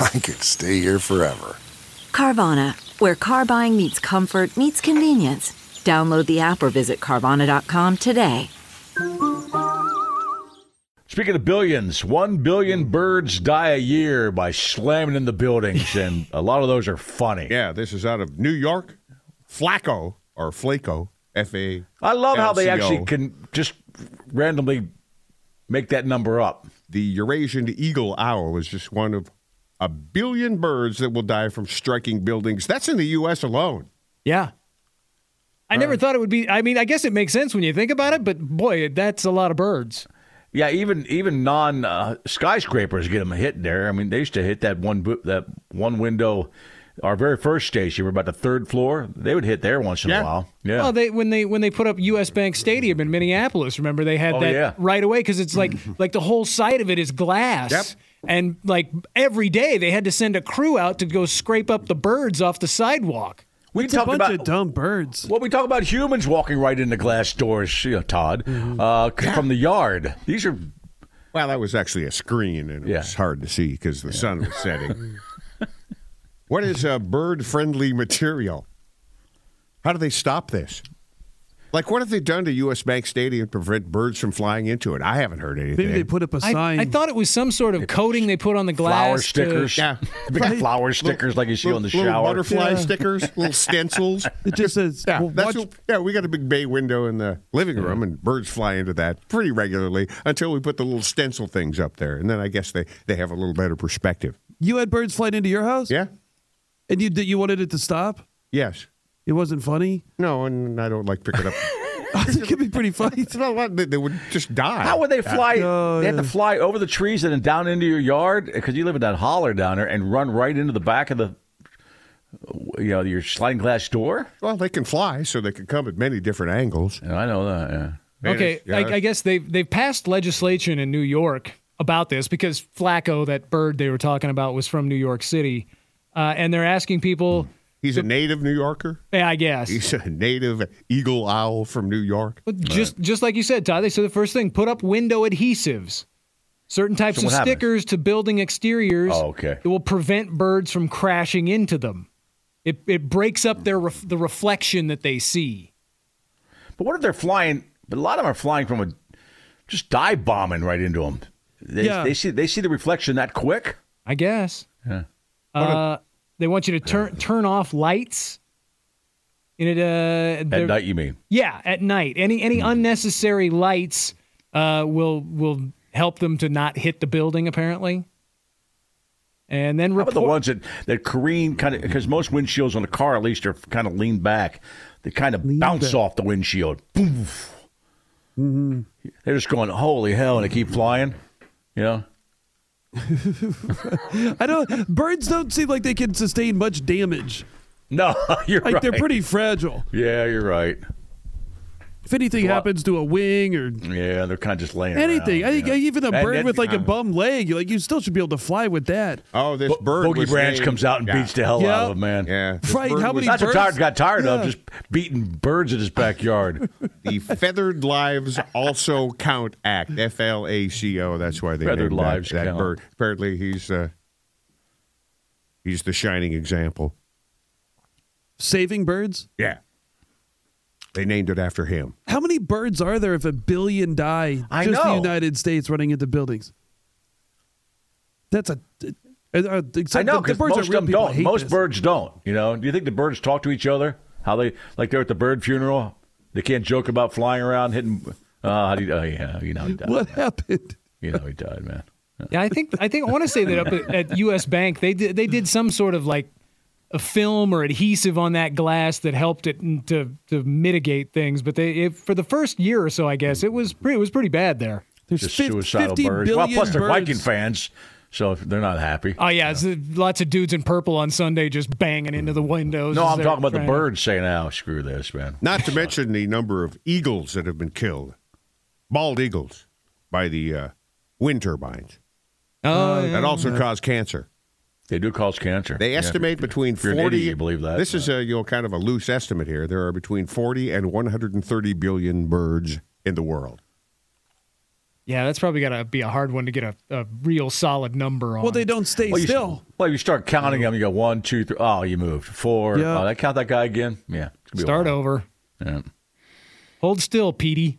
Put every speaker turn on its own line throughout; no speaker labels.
I could stay here forever.
Carvana, where car buying meets comfort, meets convenience. Download the app or visit Carvana.com today.
Speaking of billions, one billion birds die a year by slamming into buildings, and a lot of those are funny.
Yeah, this is out of New York. Flacco or Flaco, F A.
I love how they
LCO.
actually can just randomly make that number up.
The Eurasian eagle owl is just one of a billion birds that will die from striking buildings. That's in the U.S. alone.
Yeah. I never thought it would be. I mean, I guess it makes sense when you think about it, but boy, that's a lot of birds.
Yeah, even even non uh, skyscrapers get them hit there. I mean, they used to hit that one bo- that one window. Our very first station, we were about the third floor. They would hit there once in
Yeah.
a while. Yeah,
Oh, they when they when they put up U.S. Bank Stadium in Minneapolis, remember they had
Oh,
that
yeah. Mm-hmm.
right away because it's like like the whole side of it is glass.
Yep.
And like every day, they had to send a crew out to go scrape up the birds off the sidewalk.
we
It's a bunch of dumb birds.
Well, we talk about humans walking right into glass doors, you know, Todd,
Mm-hmm.
uh, c- from the yard. These are
Well, that was actually a screen, and it
Yeah.
was hard to see because the sun was setting. what is a bird-friendly material? How do they stop this? Like, what have they done to U.S. Bank Stadium to prevent birds from flying into it? I haven't heard anything.
Maybe they put up a
I,
sign.
I thought it was some sort of coating they put on the glass.
flower
to-
stickers.
Yeah.
Big flower stickers like you see on the
little
shower.
butterfly stickers, little stencils.
it just says,
Yeah,
well,
that's
watch-
what- yeah. We got a big bay window in the living room, and birds fly into that pretty regularly until we put the little stencil things up there, and then I guess they they have a little better perspective.
you had birds flying into your house,
Yeah.
and you did- you wanted it to stop.
Yes.
It wasn't funny.
No, and I don't like picking up.
I think it'd be pretty funny.
it's not a lot. They, they would just die.
How would they fly?
No,
they had to fly over the trees and then down into your yard because you live in that holler down there and run right into the back of the, you know, your sliding glass door.
Well, they can fly, so they can come at many different angles.
Yeah, I know that. Yeah.
Okay,
Yeah,
I, I guess they've they've passed legislation in New York about this because Flacco, that bird they were talking about, was from New York City, uh, and they're asking people.
He's a native New Yorker.
Yeah, I guess.
He's a native eagle owl from New York.
But just just like you said, Todd, they said the first thing: put up window adhesives, certain types
So
of
what happens?
stickers to building exteriors.
Oh, okay.
It will prevent birds from crashing into them. It it breaks up their ref, the reflection that they see.
But what if they're flying? But a lot of them are flying from a, just dive bombing right into them. They,
Yeah.
they see they see the reflection that quick.
I guess. Uh, they want you to turn turn off lights. In it, uh,
At
they're-
night, Hmm. you mean?
yeah, at night. Any any unnecessary lights uh, will will help them to not hit the building. Apparently. And then
How about
report.
the ones that, that careen kind of because most windshields on a car at least are kind of leaned back. They kind of bounce off the windshield. Poof.
Mm-hmm.
They're just going holy hell, and they keep flying. You know,
I don't. Birds don't seem like they can sustain much damage.
no, you're
Like
right.
they're pretty fragile.
yeah, you're right.
If anything happens to a wing or
Yeah, they're kind of just laying
anything,
Around,
I think
yeah.
even a
And
bird
that-
with like a bum leg, like you still should be able to fly with that.
Oh, this
Bo-
bird.
Bogey
was
Branch
named-
comes out and
Yeah.
beats the hell
Yeah.
out of him, man.
Yeah. this
Frank,
bird
how
was
many
That's what Todd
Birds?
got tired of,
Yeah.
just beating birds in his backyard.
The Feathered Lives Also Count Act, F L A C O. That's why they
Feathered
named that-
Lives
that,
Count.
bird. Apparently, he's uh, he's the shining example.
Saving birds.
Yeah, they named it after him.
How many birds are there if a billion die
I
just
know.
the United States running into buildings? That's a And, uh, except
I know
the, the
because most
birds are
of
real
them
people. I
don't.
hate
Most
this.
birds don't. You know? Do you think the birds talk to each other? How they like they're at the bird funeral? They can't joke about flying around hitting. Uh, how do you? Oh yeah, you know he died.
What happened?
You know he died, man.
Yeah, I think I think I want to say that up at, at U.S. Bank they did, they did some sort of like a film or adhesive on that glass that helped it n- to to mitigate things. But they it, for the first year or so, I guess it was pretty it was pretty bad there.
There's
Just
fif-
suicidal
50
birds. Well,
billion
plus they're
birds.
Viking fans, so if they're not happy.
Oh yeah, it's, uh, lots of dudes in purple on Sunday just banging into the windows.
no,
as
I'm
they're
talking about the
trying to-
birds saying, "Oh, screw this, man."
Not to mention the number of eagles that have been killed, bald eagles, by the uh, wind turbines.
Oh, yeah.
That also cause cancer.
They do cause cancer.
They
Mm-hmm. Yeah.
estimate between
you're an
40.
idiot, you believe that.
This is a you know kind of a loose estimate here. There are between 40 and 130 billion birds in the world.
yeah, that's probably got to be a hard one to get a, a real solid number on.
Well, they don't stay
Well, you,
still.
well, you start counting them. You go one, two, three. Oh, you moved four.
Yeah.
Oh, I count that guy again. Yeah. it's gonna be a
start
while.
over.
Yeah.
Hold still, Petey.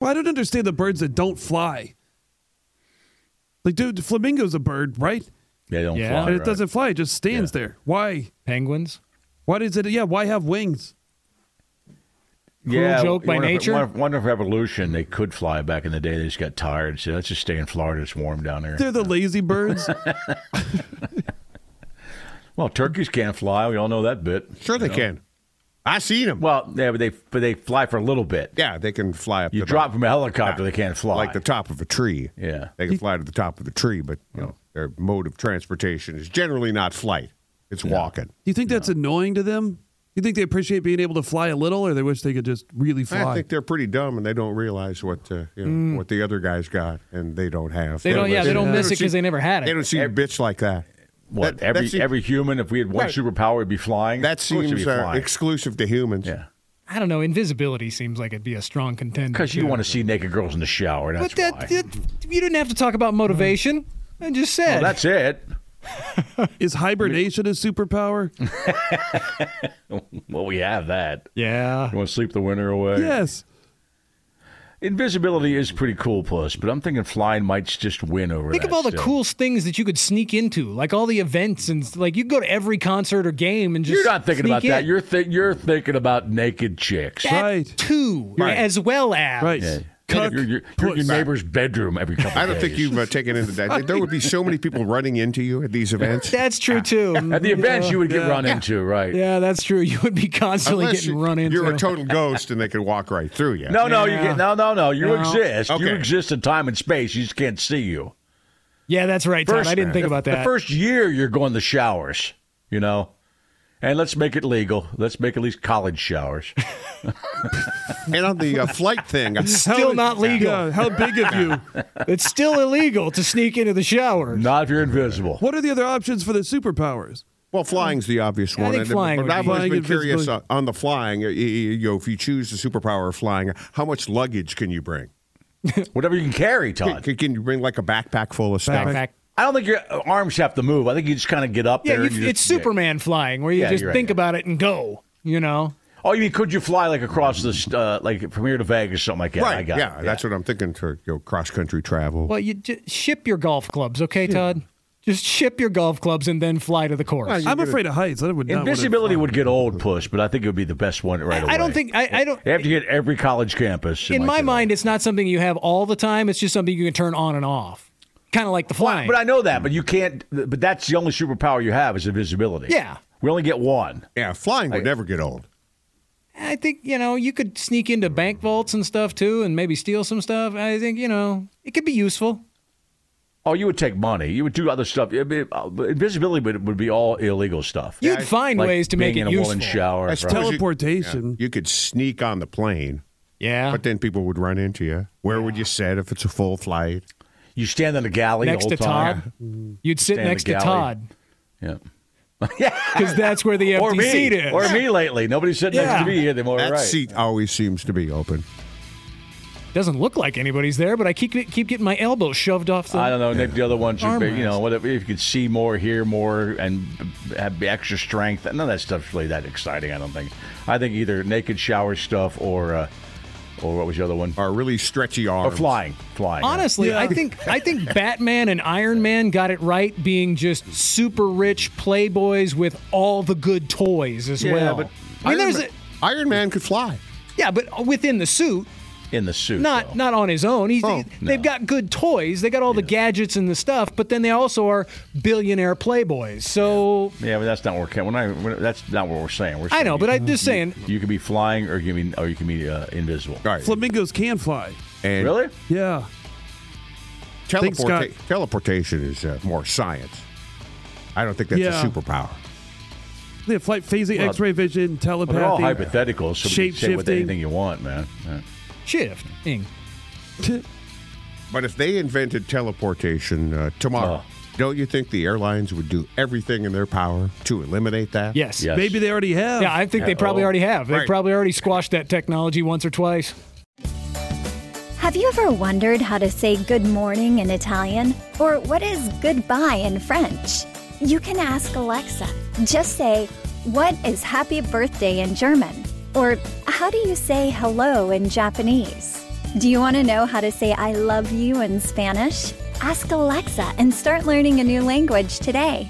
Well, I don't understand the birds that don't fly. Like, dude, flamingo's a bird, right?
They don't
Yeah.
fly.
and it
right?
doesn't fly; it just stands there. Why?
Penguins.
Why does it? Yeah, why have wings?
Cruel joke by
wonder if-
nature?
wonder if- wonder if evolution they could fly back in the day. They just got tired. and said, let's just stay in Florida. It's warm down there.
They're the lazy birds.
Well, turkeys can't fly. We all know that bit.
Sure, they can. I seen them.
Well, yeah, but they but they fly for a little bit.
yeah, they can fly up.
You
to the-
drop from a
Ah,
helicopter, they can't fly.
like the top of a tree.
Yeah.
they can fly to the top of the tree, but you know their mode of transportation is generally not flight; it's walking.
Do you think that's annoying to them? You think they appreciate being able to fly a little, or they wish they could just really
I
fly?
think they're pretty dumb, and they don't realize what uh, you know, what the other guys got, and they don't have.
They don't. Yeah, they don't miss it
see-
because they never had
They
it.
don't see a bitch like that.
what
that-
every
that seems-
every human, if we had one
Right.
superpower, would be flying.
That
Of course we'd be
seems uh,
flying.
exclusive to humans.
yeah,
I don't know. Invisibility seems like it'd be a strong contender.
because you
too.
want to see naked girls in the shower. That's
But that,
why.
that you didn't have to talk about motivation. I just said
well, that's it.
Is hibernation a superpower?
Well, we have that.
yeah.
You want to sleep the winter away?
yes.
Invisibility is pretty cool, plus, but I'm thinking flying might just win over.
Think
that
of all the
still.
cool things that you could sneak into, like all the events and like you could go to every concert or game and just.
You're not thinking
sneak
about that.
in.
You're thi- you're thinking about naked chicks.
That
Right.
too,
Right.
as well as
Right.
You're,
Cuck,
you're, you're in your
puss.
neighbor's bedroom every couple.
I don't
days.
think you've uh, taken into that. There would be so many people running into you at these events.
That's true too.
At the events, you would get run into, right?
yeah, that's true. You would be constantly
Unless
getting
you-
run into.
You're a total ghost, and they could walk right through you.
No, no, you get no, no, no. You
No.
exist. You
Okay.
exist in time and space. You just can't see you.
yeah, that's right, Tom. I didn't think about
The
that.
first year, you're going to showers. You know. And let's make it legal. Let's make at least college showers.
And on the uh, flight thing,
Still not legal.
Yeah, how big of you?
It's still illegal to sneak into the shower.
Not if you're invisible.
What are the other options for the superpowers?
well, flying's the obvious
I
one.
think
and-
flying
but
would
I've
be-
always
Flying
been curious uh,
invisibility.
on the flying. uh, y- y- You know, if you choose the superpower of flying, how much luggage can you bring?
Whatever you can carry,
Can,
Todd.
can- can you bring like a backpack full of stuff?
Backpack.
I don't think your arms have to move. I think you just kind of get up
Yeah,
there.
you,
and you
it's
just-
Superman flying, where you
Yeah,
just
you're right,
think
yeah.
about it and go. You know,
Oh, you mean could you fly like across this, uh, like from here to Vegas, something like that?
right.
I got
yeah,
it.
that's what I'm thinking for you know, cross country travel.
Well, you j- ship your golf clubs, okay, Todd? Just ship your golf clubs and then fly to the course. I,
I'm afraid of heights. I would not wanna
Invisibility
fly.
would get old, push, but I think it would be the best one right away.
I don't think I, I don't.
They have to hit every college campus.
In
like
my
that.
mind, it's not something you have all the time. It's just something you can turn on and off. kind of like the
Well,
flying.
But I know that,
Hmm.
but you can't. But that's the only superpower you have is invisibility.
Yeah.
we only get one.
Yeah, flying would never get old.
I think you know you could sneak into bank vaults and stuff too, and maybe steal some stuff. I think you know it could be useful.
Oh, you would take money. You would do other stuff. It'd be- uh, invisibility would, would be all illegal stuff.
You'd find
Like
ways to make
being
it
in a
useful.
woman's shower.
I
right?
suppose you-
Teleportation.
You could sneak on the plane,
Yeah,
but then people would run into you. Where would you sit if it's a full flight?
You stand in the galley
next
the
to
whole time. Mm-hmm.
Todd, you'd sit
Stand in the
next to
galley.
Todd
Yeah.
because that's where the empty
or me,
seat is.
or me lately. Nobody's sitting
Yeah.
next to me anymore.
That
right?
seat always seems to be open.
Doesn't look like anybody's there, but I keep keep getting my elbow shoved off the.
I don't know. Nick, the other ones would be, you know,
Armrest.
whatever. If you could see more, hear more, and have extra strength. None of that stuff's really that exciting. I don't think. I think either naked shower stuff or, uh, or what was the other one?
Or really stretchy
Or
arms.
flying, flying. yeah.
Honestly, I think I think Batman and Iron Man got it right, being just super rich playboys with all the good toys as
Yeah,
well.
but
I
Iron,
mean, there's
Man,
a,
Iron Man could fly.
yeah, but within the suit,
in the suit.
not
though.
not on his own. He's
Oh,
they, have got good toys. They got all the gadgets and the stuff, but then they also are billionaire playboys. So
Yeah, but that's not what we're. When I, when, that's not what we're saying. We're
I
saying
know, but I'm just saying-
you can be flying, or you can be, or you can be uh, invisible.
Right.
Flamingos can fly.
And
Really?
Yeah.
teleporta-
Thanks, Scott.
teleportation is uh, more science. I don't think that's
Yeah.
a superpower.
They have flight phasing,
Well,
X-ray vision,
Well, they're all
telepathy.
hypothetical, so we can say with
Shape-shifting.
anything you want, man. Yeah.
shifting.
But if they invented teleportation uh, tomorrow, don't you think the airlines would do everything in their power to eliminate that?
Yes.
Yes.
Maybe they already have.
Yeah, I think they probably
oh,
already have. They
right.
probably already squashed that technology once or twice.
Have you ever wondered how to say good morning in Italian? Or what is goodbye in French? You can ask Alexa. Just say, What is happy birthday in German? Or how do you say hello in Japanese? Do you want to know how to say I love you in Spanish? Ask Alexa and start learning a new language today.